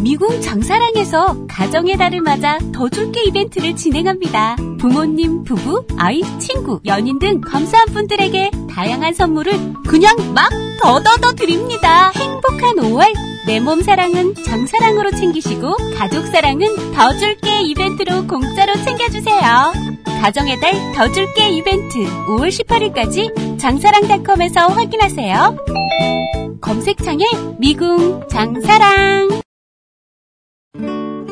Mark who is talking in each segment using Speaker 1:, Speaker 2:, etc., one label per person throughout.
Speaker 1: 미궁 장사랑에서 가정의 달을 맞아 더 줄게 이벤트를 진행합니다. 부모님, 부부, 아이, 친구, 연인 등 감사한 분들에게 다양한 선물을 그냥 막 더더더 드립니다. 행복한 5월 내 몸 사랑은 장사랑으로 챙기시고 가족 사랑은 더 줄게 이벤트로 공짜로 챙겨주세요. 가정의 달 더 줄게 이벤트 5월 18일까지 장사랑닷컴에서 확인하세요. 검색창에 미궁 장사랑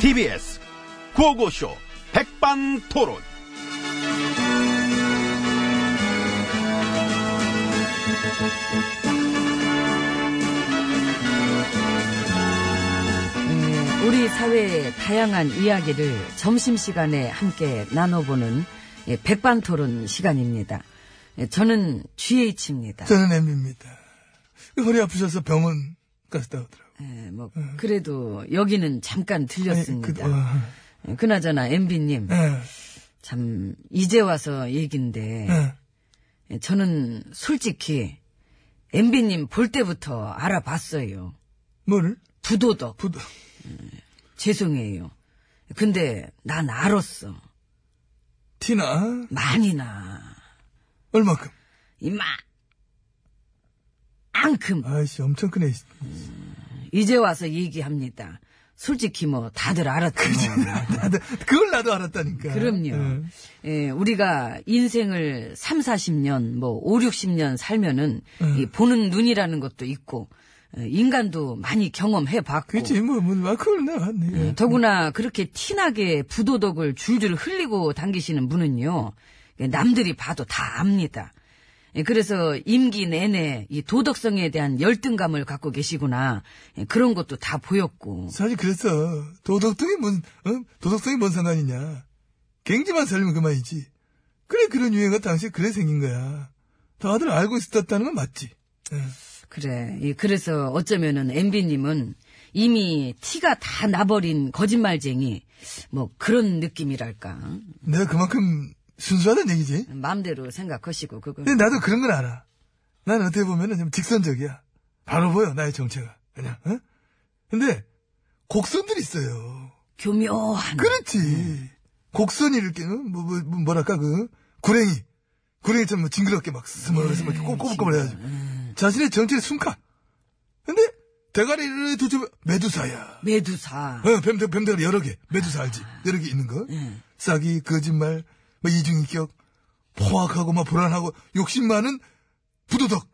Speaker 2: TBS 구호고쇼 백반토론.
Speaker 3: 음, 우리 사회의 다양한 이야기를 점심시간에 함께 나눠보는 예, 백반토론 시간입니다. 예, 저는 GH입니다.
Speaker 4: 저는 엠비입니다. 그 허리 아프셔서 병원 갔다 오더라고요.
Speaker 3: 뭐 그래도 여기는 잠깐
Speaker 4: 그, 어,
Speaker 3: 들렸습니다. 네. 예, 그나저나 MB님
Speaker 4: 예,
Speaker 3: 참 이제 와서 얘긴데
Speaker 4: 예.
Speaker 3: 예, 저는 솔직히 MB님 볼 때부터 알아봤어요.
Speaker 4: 뭐를?
Speaker 3: 부도덕
Speaker 4: 부도.
Speaker 3: 죄송해요. 근데 난 알았어.
Speaker 4: 티나?
Speaker 3: 많이 나.
Speaker 4: 얼마큼?
Speaker 3: 이마 앙큼
Speaker 4: 아이씨, 엄청 크네. 이씨.
Speaker 3: 이제 와서 얘기합니다. 솔직히 뭐 다들 알았지만
Speaker 4: 나도, 그걸 나도
Speaker 3: 네.
Speaker 4: 알았다니까.
Speaker 3: 그럼요.
Speaker 4: 예.
Speaker 3: 예, 우리가 인생을 3, 40년 뭐 5, 60년 살면은
Speaker 4: 네.
Speaker 3: 이 보는 눈이라는 것도 있고 어, 인간도 많이 경험해 봤고 어,
Speaker 4: 그치, 뭐, 뭐, 아, 그걸 내가 봤네. 예.
Speaker 3: 더구나 그렇게 티나게 부도덕을 줄줄 흘리고 당기시는 분은요, 예, 남들이 봐도 다 압니다. 예, 그래서 임기 내내 이 도덕성에 대한 열등감을 갖고 계시구나. 예, 그런 것도 다 보였고.
Speaker 4: 사실 그랬어. 도덕성이 뭔, 어? 도덕성이 뭔 상관이냐. 갱지만 살면 그만이지. 그래, 그런 유행가 당시에 그래 생긴 거야. 다들 알고 있었다는 건 맞지. 예.
Speaker 3: 그래. 예, 그래서 어쩌면은 MB님은 이미 티가 다 나버린 거짓말쟁이, 뭐 그런 느낌이랄까.
Speaker 4: 내가 그만큼 순수하다는 얘기지.
Speaker 3: 마음대로 생각하시고, 그거.
Speaker 4: 근데 네, 나도 그런 건 알아. 난 어떻게 보면은 좀 직선적이야. 바로 보여, 나의 정체가. 그냥, 어? 근데, 곡선들이 있어요.
Speaker 3: 교묘한.
Speaker 4: 그렇지. 곡선이 이렇게, 어? 뭐, 뭐, 뭐, 뭐랄까, 그, 구랭이. 구랭이처럼 뭐 징그럽게 막, 스멀스멀 이렇게 꼬불꼬불 해가지고. 자신의 정체를 숨가. 근데, 대가리를 두치면 메두사야.
Speaker 3: 메두사.
Speaker 4: 어, 뱀대, 뱀대가리 여러 개. 메두사 알지? 여러 개 있는 거.
Speaker 3: 예.
Speaker 4: 싸기, 거짓말, 뭐 이중인격, 포악하고, 막 불안하고, 욕심 많은 부도덕.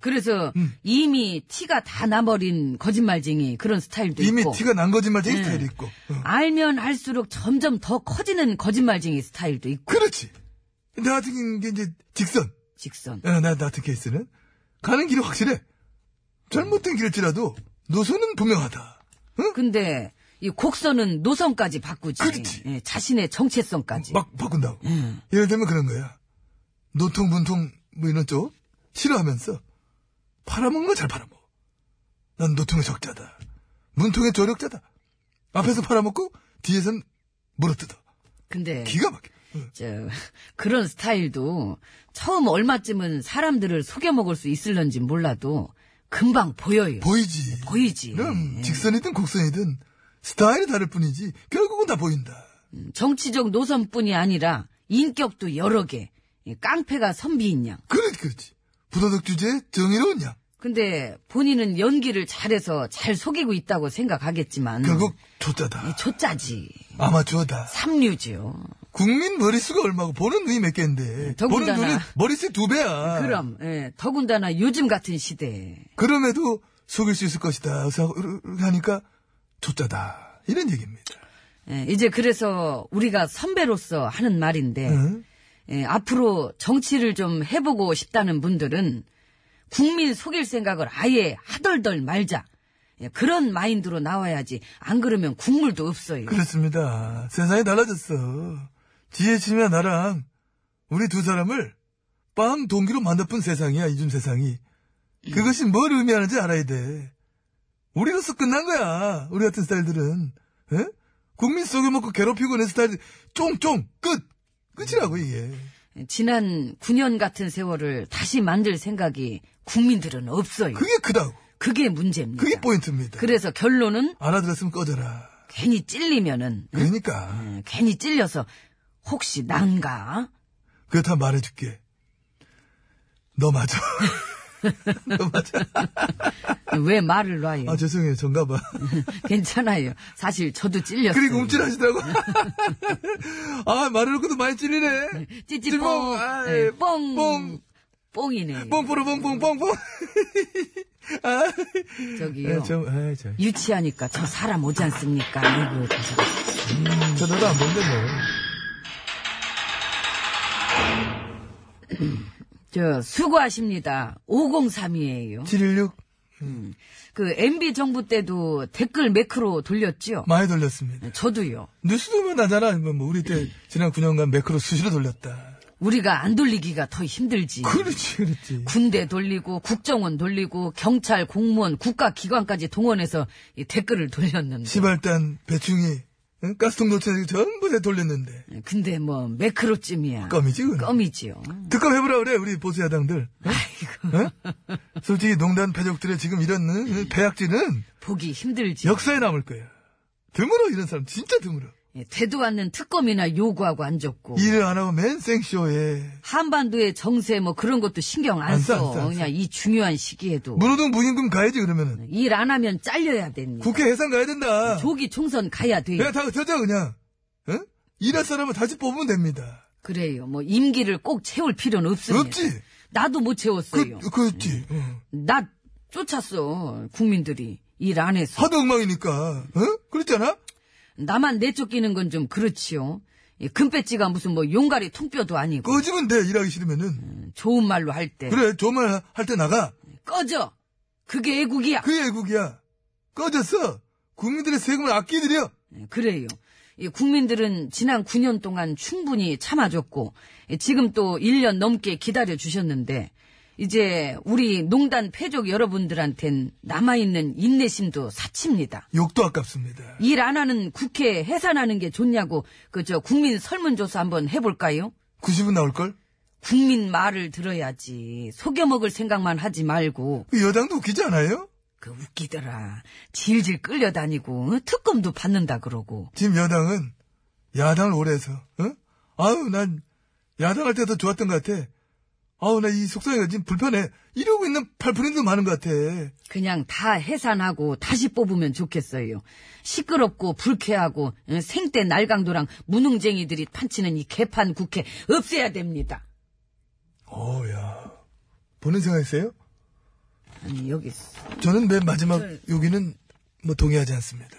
Speaker 3: 그래서
Speaker 4: 음.
Speaker 3: 이미 티가 다 나버린 거짓말쟁이 그런 스타일도
Speaker 4: 이미
Speaker 3: 있고 예.
Speaker 4: 티가 난 거짓말 쟁이 스타일이 있고. 어.
Speaker 3: 알면 할수록 점점 더 커지는 거짓말쟁이 스타일도 있고
Speaker 4: 그렇지. 나 같은 게 이제 직선.
Speaker 3: 직선
Speaker 4: 어, 나, 나 같은 케이스는. 가는 길이 확실해. 잘못된 길일지라도 노선은 분명하다.
Speaker 3: 근데 이 곡선은 노선까지 바꾸지
Speaker 4: 그렇지.
Speaker 3: 예, 자신의 정체성까지
Speaker 4: 막 바꾼다고. 예를 들면 그런 거야. 노통, 문통, 뭐 이런 쪽 싫어하면서 팔아먹는 거 잘 팔아먹어. 난 노통의 적자다. 문통의 조력자다. 앞에서 팔아먹고 뒤에선 물어뜯어.
Speaker 3: 근데
Speaker 4: 기가 막혀. 어.
Speaker 3: 저, 그런 스타일도 처음 얼마쯤은 사람들을 속여먹을 수 있을런지 몰라도 금방 보여요
Speaker 4: 예, 보이지.
Speaker 3: 보이지 예.
Speaker 4: 그럼 직선이든 곡선이든 스타일이 다를 뿐이지 결국은 다 보인다.
Speaker 3: 정치적 노선뿐이 아니라 인격도 여러 개 예, 깡패가 선비인 양
Speaker 4: 그렇지, 그렇지. 부도덕 주제에 정의로운 양.
Speaker 3: 근데 본인은 연기를 잘해서 잘 속이고 있다고 생각하겠지만
Speaker 4: 결국 조짜다.
Speaker 3: 이 초짜지
Speaker 4: 아마추어다.
Speaker 3: 삼류지요.
Speaker 4: 국민 머릿수가 얼마고 보는 눈이 몇 개인데 보는
Speaker 3: 네, 더군다나.
Speaker 4: 눈이 머릿수 두 배야.
Speaker 3: 그럼 예, 더군다나 요즘 같은 시대에
Speaker 4: 그럼에도 속일 수 있을 것이다. 그래서 이렇게 하니까 조짜다. 이런 얘기입니다.
Speaker 3: 예, 이제 그래서 우리가 선배로서 하는 말인데
Speaker 4: 응?
Speaker 3: 예, 앞으로 정치를 좀 해보고 싶다는 분들은 국민 속일 생각을 아예 하덜덜 말자. 예, 그런 마인드로 나와야지. 안 그러면 국물도 없어요.
Speaker 4: 그렇습니다. 세상이 달라졌어. 지혜씨나 나랑 우리 두 사람을 빵 동기로 만나쁜 세상이야, 이즘 세상이.
Speaker 3: 예.
Speaker 4: 그것이 뭘 의미하는지 알아야 돼. 우리로서 끝난 거야, 우리 같은 스타일들은. 에? 국민 속여먹고 괴롭히고 내 스타일, 쫑쫑, 끝! 끝이라고, 이게.
Speaker 3: 예, 지난 9년 같은 세월을 다시 만들 생각이 국민들은 없어요.
Speaker 4: 그게 크다고.
Speaker 3: 그, 게 문제입니다.
Speaker 4: 그게 뭐 포인트입니다.
Speaker 3: 그래서 결론은
Speaker 4: 알아들었으면 꺼져라.
Speaker 3: 괜히 찔리면은
Speaker 4: 그러니까.
Speaker 3: 예, 괜히 찔려서 혹시 난가?
Speaker 4: 그렇다 말해줄게. 너 맞아. 너 맞아.
Speaker 3: 왜 말을 놔요?
Speaker 4: 아, 죄송해요. 전가 봐.
Speaker 3: 괜찮아요. 사실 저도 찔렸어요.
Speaker 4: 그리고 움찔하시더라고. 아, 말해놓고도 많이 찔리네.
Speaker 3: 찌찌뽕,
Speaker 4: 아,
Speaker 3: 예, 뽕,
Speaker 4: 뽕.
Speaker 3: 뽕이네.
Speaker 4: 뽕뽀로 뽕뽕 뽕뽕.
Speaker 3: 네, 저기요.
Speaker 4: 좀, 아, 저,
Speaker 3: 유치하니까 저 사람 오지 않습니까? 아이고, 저 사람.
Speaker 4: 저 나도 안 본데 뭐.
Speaker 3: 저 수고하십니다. 503이에요.
Speaker 4: 716
Speaker 3: 그 MB 정부 때도 댓글 매크로 돌렸죠. 네,
Speaker 4: 많이 돌렸습니다.
Speaker 3: 저도요.
Speaker 4: 뉴스도 뭐 나잖아. 뭐, 뭐 우리 때 지난 9년간 매크로 수시로 돌렸다.
Speaker 3: 우리가 안 돌리기가 더 힘들지.
Speaker 4: 그렇지, 그렇지.
Speaker 3: 군대 돌리고 국정원 돌리고 경찰 공무원 국가기관까지 동원해서 이 댓글을 돌렸는데.
Speaker 4: 시발단 배충이 응? 가스통 놓치는 전부 다 돌렸는데.
Speaker 3: 근데 뭐 매크로쯤이야.
Speaker 4: 껌이지, 그건.
Speaker 3: 껌이지요.
Speaker 4: 특검 해보라 그래 우리 보수 야당들. 어? 솔직히 농단 패족들의 지금 이런 응, 배악질은
Speaker 3: 보기 힘들지.
Speaker 4: 역사에 남을 거야. 드물어 이런 사람 진짜 드물어.
Speaker 3: 예, 되도 않는 특검이나 요구하고 안 줬고.
Speaker 4: 어. 일을 안 하고 맨 생쇼에
Speaker 3: 한반도의 정세 뭐 그런 것도 신경 안,
Speaker 4: 안 써,
Speaker 3: 써.
Speaker 4: 안 써, 뭐? 안
Speaker 3: 그냥 이 중요한 시기에도
Speaker 4: 문호동 무임금 가야지 그러면은
Speaker 3: 일 안 하면 잘려야 됩니다.
Speaker 4: 국회 해산 가야 된다.
Speaker 3: 조기 총선 가야 돼.
Speaker 4: 그냥 다 어쩌자 그냥. 응? 일할 사람은 다시 뽑으면 됩니다.
Speaker 3: 그래요. 뭐 임기를 꼭 채울 필요는 없습니다.
Speaker 4: 없지.
Speaker 3: 나도 못 채웠어요. 네.
Speaker 4: 그 그렇지. 응.
Speaker 3: 나 쫓았어. 국민들이 일 안 해서.
Speaker 4: 하도 엉망이니까. 응? 그랬잖아.
Speaker 3: 나만 내쫓기는 건 좀 그렇지요. 이 금배지가 무슨 뭐 용가리 통뼈도 아니고
Speaker 4: 꺼지면 돼 일하기 싫으면은.
Speaker 3: 좋은 말로 할 때
Speaker 4: 그래 조말 할 때 나가.
Speaker 3: 꺼져. 그게 애국이야.
Speaker 4: 그 애국이야. 꺼졌어. 국민들의 세금을 아끼드려.
Speaker 3: 예, 그래요. 이 국민들은 지난 9년 동안 충분히 참아줬고 예, 지금 또 1년 넘게 기다려 주셨는데 이제 우리 농단 패족 여러분들한텐 남아있는 인내심도 사칩니다.
Speaker 4: 욕도 아깝습니다.
Speaker 3: 일 안 하는 국회 해산하는 게 좋냐고 그 저 국민 설문조사 한번 해볼까요?
Speaker 4: 90은 나올걸?
Speaker 3: 국민 말을 들어야지 속여먹을 생각만 하지 말고
Speaker 4: 그 여당도 웃기지 않아요?
Speaker 3: 그 웃기더라 질질 끌려다니고 어? 특검도 받는다 그러고
Speaker 4: 지금 여당은 야당을 오래 해서, 응? 아우, 난 야당할 때 더 좋았던 것 같아. 아우, 나 이 속상해가 지금 불편해. 이러고 있는 팔프린도 많은 것 같아.
Speaker 3: 그냥 다 해산하고 다시 뽑으면 좋겠어요. 시끄럽고 불쾌하고 어, 생떼 날강도랑 무능쟁이들이 판치는 이 개판 국회 없애야 됩니다.
Speaker 4: 어, 야. 보는 생각 있어요?
Speaker 3: 아니 여기 있어.
Speaker 4: 저는 맨 마지막
Speaker 3: 네.
Speaker 4: 여기는 뭐 동의하지 않습니다.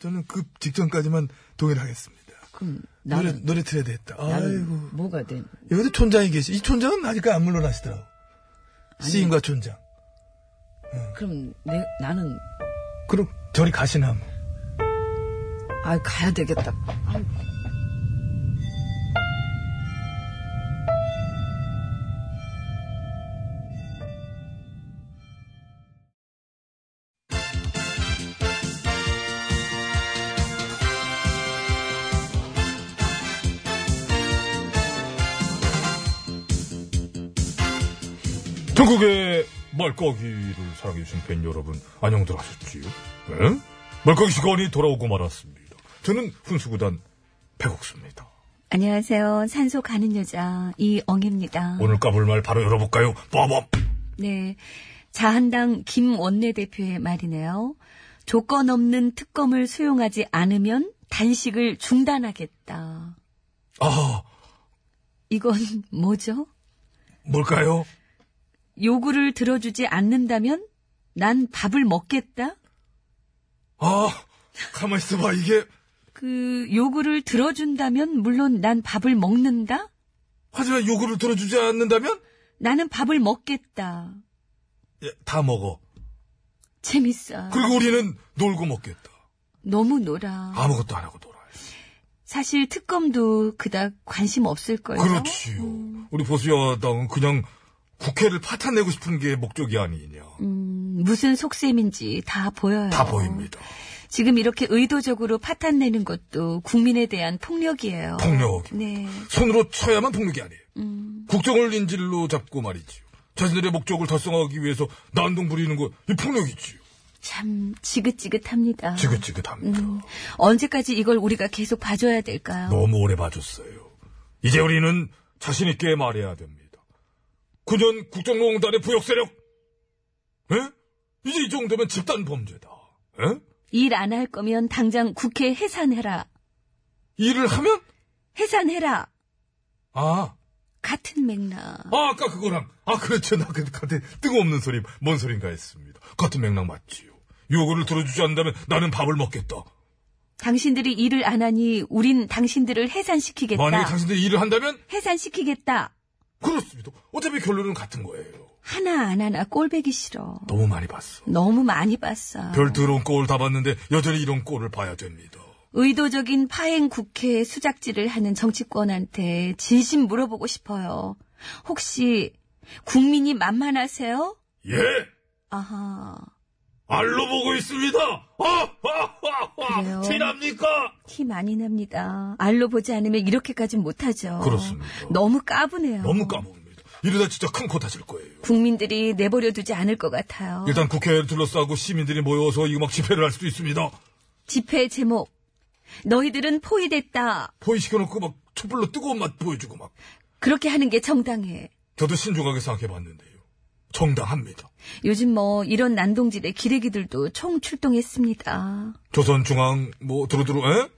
Speaker 4: 저는 그 직전까지만 동의를 하겠습니다.
Speaker 3: 그럼
Speaker 4: 노래,
Speaker 3: 나는
Speaker 4: 노래 틀어야 되겠다.
Speaker 3: 나는
Speaker 4: 아이고.
Speaker 3: 뭐가 된?
Speaker 4: 여기도 촌장이 계시. 이 촌장은 아직까지 안 물러나시더라고. 시인과 촌장.
Speaker 3: 그럼 내 나는
Speaker 4: 그럼 저리 가시나 뭐.
Speaker 3: 아 가야 되겠다. 아유.
Speaker 5: 전국의 말까기를 사랑해주신 팬 여러분, 안녕들 하셨지요? 네? 말까기 시간이 돌아오고 말았습니다. 저는 훈수구단 백옥수입니다.
Speaker 6: 안녕하세요. 산소 가는 여자 이엉입니다.
Speaker 5: 오늘 까불 말 바로 열어볼까요? 빠밤!
Speaker 6: 네.
Speaker 3: 자한당 김 원내대표의 말이네요. 조건 없는 특검을 수용하지 않으면 단식을 중단하겠다.
Speaker 4: 아,
Speaker 3: 이건 뭐죠?
Speaker 4: 뭘까요?
Speaker 3: 요구를 들어주지 않는다면 난 밥을 먹겠다?
Speaker 4: 아, 가만 있어봐. 이게
Speaker 3: 그 요구를 들어준다면 물론 난 밥을 먹는다?
Speaker 4: 하지만 요구를 들어주지 않는다면
Speaker 3: 나는 밥을 먹겠다.
Speaker 4: 예, 다 먹어.
Speaker 3: 재밌어.
Speaker 4: 그리고 우리는 놀고 먹겠다.
Speaker 3: 너무 놀아.
Speaker 4: 아무것도 안 하고 놀아.
Speaker 3: 사실 특검도 그닥 관심 없을 거예요.
Speaker 4: 그렇지요. 우리 보수 여당은 그냥 국회를 파탄내고 싶은 게 목적이 아니냐.
Speaker 3: 음, 무슨 속셈인지 다 보여요.
Speaker 4: 다 보입니다.
Speaker 3: 지금 이렇게 의도적으로 파탄 내는 것도 국민에 대한 폭력이에요.
Speaker 4: 폭력.
Speaker 3: 네.
Speaker 4: 손으로 쳐야만 폭력이 아니에요.
Speaker 3: 음,
Speaker 4: 국정을 인질로 잡고 말이지요. 자신들의 목적을 달성하기 위해서 난동 부리는 거, 이 폭력이지요.
Speaker 3: 참 지긋지긋합니다.
Speaker 4: 지긋지긋합니다.
Speaker 3: 음, 언제까지 이걸 우리가 계속 봐줘야 될까요?
Speaker 4: 너무 오래 봐줬어요. 이제 우리는 자신있게 말해야 됩니다. 그전 국정농단의 부역세력! 예? 이제 이 정도면 집단범죄다. 예?
Speaker 3: 일 안 할 거면 당장 국회 해산해라.
Speaker 4: 일을 하면?
Speaker 3: 해산해라.
Speaker 4: 아,
Speaker 3: 같은 맥락.
Speaker 4: 아, 아까 그거랑. 아, 그렇죠. 나 그, 같은 뜬금없는 소리, 뭔 소린가 했습니다. 같은 맥락 맞지요. 요거를 들어주지 않는다면 나는 밥을 먹겠다.
Speaker 3: 당신들이 일을 안 하니 우린 당신들을 해산시키겠다.
Speaker 4: 만약에 당신들이 일을 한다면?
Speaker 3: 해산시키겠다.
Speaker 4: 그렇습니다. 어차피 결론은 같은 거예요.
Speaker 3: 하나 안 하나 꼴배기 싫어.
Speaker 4: 너무 많이 봤어.
Speaker 3: 너무 많이 봤어.
Speaker 4: 별 더러운 꼴 다 봤는데 여전히 이런 꼴을 봐야 됩니다.
Speaker 3: 의도적인 파행 국회 수작질을 하는 정치권한테 진심 물어보고 싶어요. 혹시 국민이 만만하세요?
Speaker 4: 예!
Speaker 3: 아하.
Speaker 4: 알로 보고 있습니다! 아! 아! 아!
Speaker 3: 그래요?
Speaker 4: 아! 티납니까?
Speaker 3: 티 많이 납니다. 알로 보지 않으면 이렇게까진 못하죠.
Speaker 4: 그렇습니다.
Speaker 3: 너무 까부네요.
Speaker 4: 너무 까먹습니다. 이러다 진짜 큰 코 다칠 거예요.
Speaker 3: 국민들이 내버려 두지 않을 것 같아요.
Speaker 4: 일단 국회를 둘러싸고 시민들이 모여서 이거 막 집회를 할 수도 있습니다.
Speaker 3: 집회 제목. 너희들은 포위됐다.
Speaker 4: 포위시켜놓고 막 촛불로 뜨거운 맛 보여주고 막.
Speaker 3: 그렇게 하는 게 정당해.
Speaker 4: 저도 신중하게 생각해봤는데요. 정당합니다.
Speaker 3: 요즘 뭐 이런 난동질의 기레기들도 총 출동했습니다.
Speaker 4: 조선중앙, 뭐, 두루두루, 에?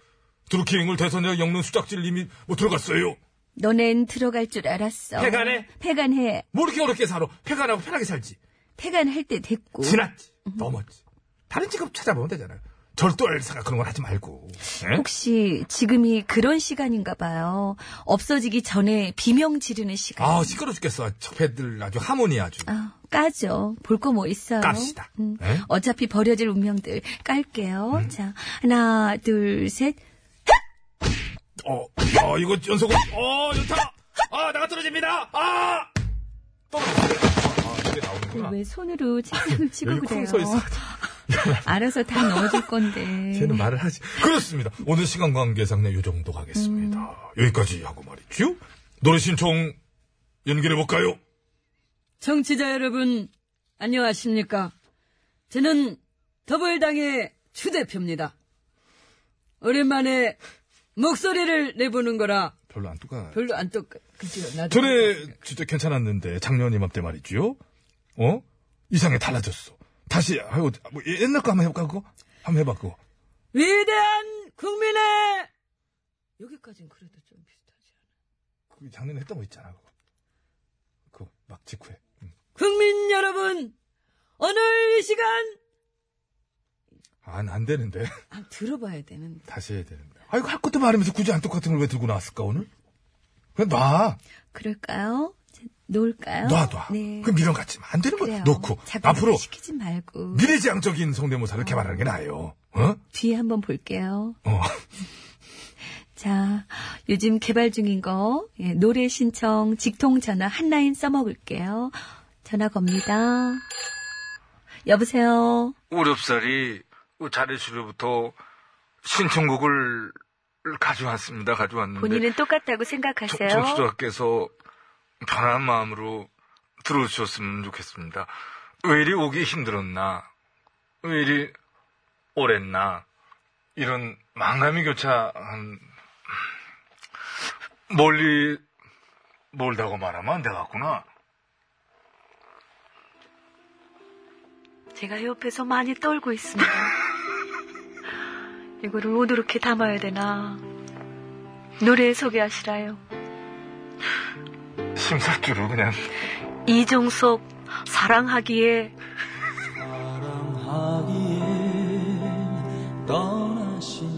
Speaker 4: 두루킹을 대선에 엮는 수작질 님이 뭐 들어갔어요.
Speaker 3: 너넨 들어갈 줄 알았어.
Speaker 4: 폐간해?
Speaker 3: 폐간해.
Speaker 4: 뭐 이렇게 어렵게 살아. 폐간하고 편하게 살지.
Speaker 3: 폐간할 때 됐고.
Speaker 4: 지났지. 넘었지. 다른 직업 찾아보면 되잖아요. 절도사가 그런 걸 하지 말고. 에?
Speaker 3: 혹시 지금이 그런 시간인가 봐요. 없어지기 전에 비명 지르는 시간.
Speaker 4: 아, 시끄러 죽겠어. 적패들 아주 하모니 아주.
Speaker 3: 아, 까죠. 볼 거 뭐 있어요.
Speaker 4: 깝시다.
Speaker 3: 음.
Speaker 4: 에? 음.
Speaker 3: 어차피 버려질 운명들 깔게요. 자, 하나, 둘, 셋.
Speaker 4: 어, 어, 이거 연속으로, 어, 연타! 아, 나가 떨어집니다! 아! 떨어졌어요. 아, 이게 나오는구나.
Speaker 3: 네, 왜 손으로 책상을 치고
Speaker 4: 여기 쿵
Speaker 3: 그래요?
Speaker 4: 서 있어.
Speaker 3: 알아서 다 넣어줄 건데.
Speaker 4: 쟤는 말을 하지. 그렇습니다. 오늘 시간 관계상 그냥 요 정도 가겠습니다. 여기까지 하고 말이죠. 노래 신청 연결해볼까요?
Speaker 7: 정치자 여러분, 안녕하십니까. 저는 더블당의 추 대표입니다. 오랜만에 목소리를 내보는 거라
Speaker 4: 별로 안 똑같아.
Speaker 7: 별로 안 똑, 그죠? 나도.
Speaker 4: 전에 진짜 괜찮았는데 작년 이맘때 말이죠. 어? 이상하게 달라졌어. 다시 아유, 뭐 옛날 거 한번 해볼까 그거? 한번 해봐 그거.
Speaker 7: 위대한 국민의! 여기까진 그래도 좀 비슷하지 않아?
Speaker 4: 그 작년에 했던 거 있잖아 그거. 그거 막 직후에. 응.
Speaker 7: 국민 여러분, 오늘 이 시간!
Speaker 4: 안, 안 되는데.
Speaker 7: 아, 들어봐야 되는데.
Speaker 4: 다시 해야 되는데. 아이고 할 것도 말하면서 굳이 안 똑같은 걸 왜 들고 나왔을까 오늘? 그냥 놔.
Speaker 3: 그럴까요? 자, 놓을까요?
Speaker 4: 놔 놔.
Speaker 3: 네.
Speaker 4: 그 미련 갖지 마. 안 되는 거
Speaker 3: 그래요.
Speaker 4: 놓고.
Speaker 3: 자꾸
Speaker 4: 앞으로 네.
Speaker 3: 시키지 말고.
Speaker 4: 미래지향적인 성대모사를 개발하는 게 나아요. 어?
Speaker 3: 뒤에 한번 볼게요.
Speaker 4: 어.
Speaker 3: 자, 요즘 개발 중인 거 예, 노래 신청 직통 전화 한라인 써먹을게요. 전화 겁니다. 여보세요.
Speaker 8: 우렵살이 자례수로부터 신청곡을 가져왔습니다. 가져왔는데
Speaker 3: 본인은 똑같다고 생각하세요?
Speaker 8: 청취자께서 편한 마음으로 들어주셨으면 좋겠습니다. 왜 이리 오기 힘들었나? 왜 이리 오랬나? 이런 망감이 교차한 멀리 멀다고 말하면 안 되겠구나.
Speaker 3: 제가 옆에서 많이 떨고 있습니다. 이거를 어떻게 담아야 되나. 노래에 소개하시라요.
Speaker 4: 심사주로 그냥
Speaker 3: 이종석, 사랑하기에.
Speaker 9: 사랑하기엔 떠나신 그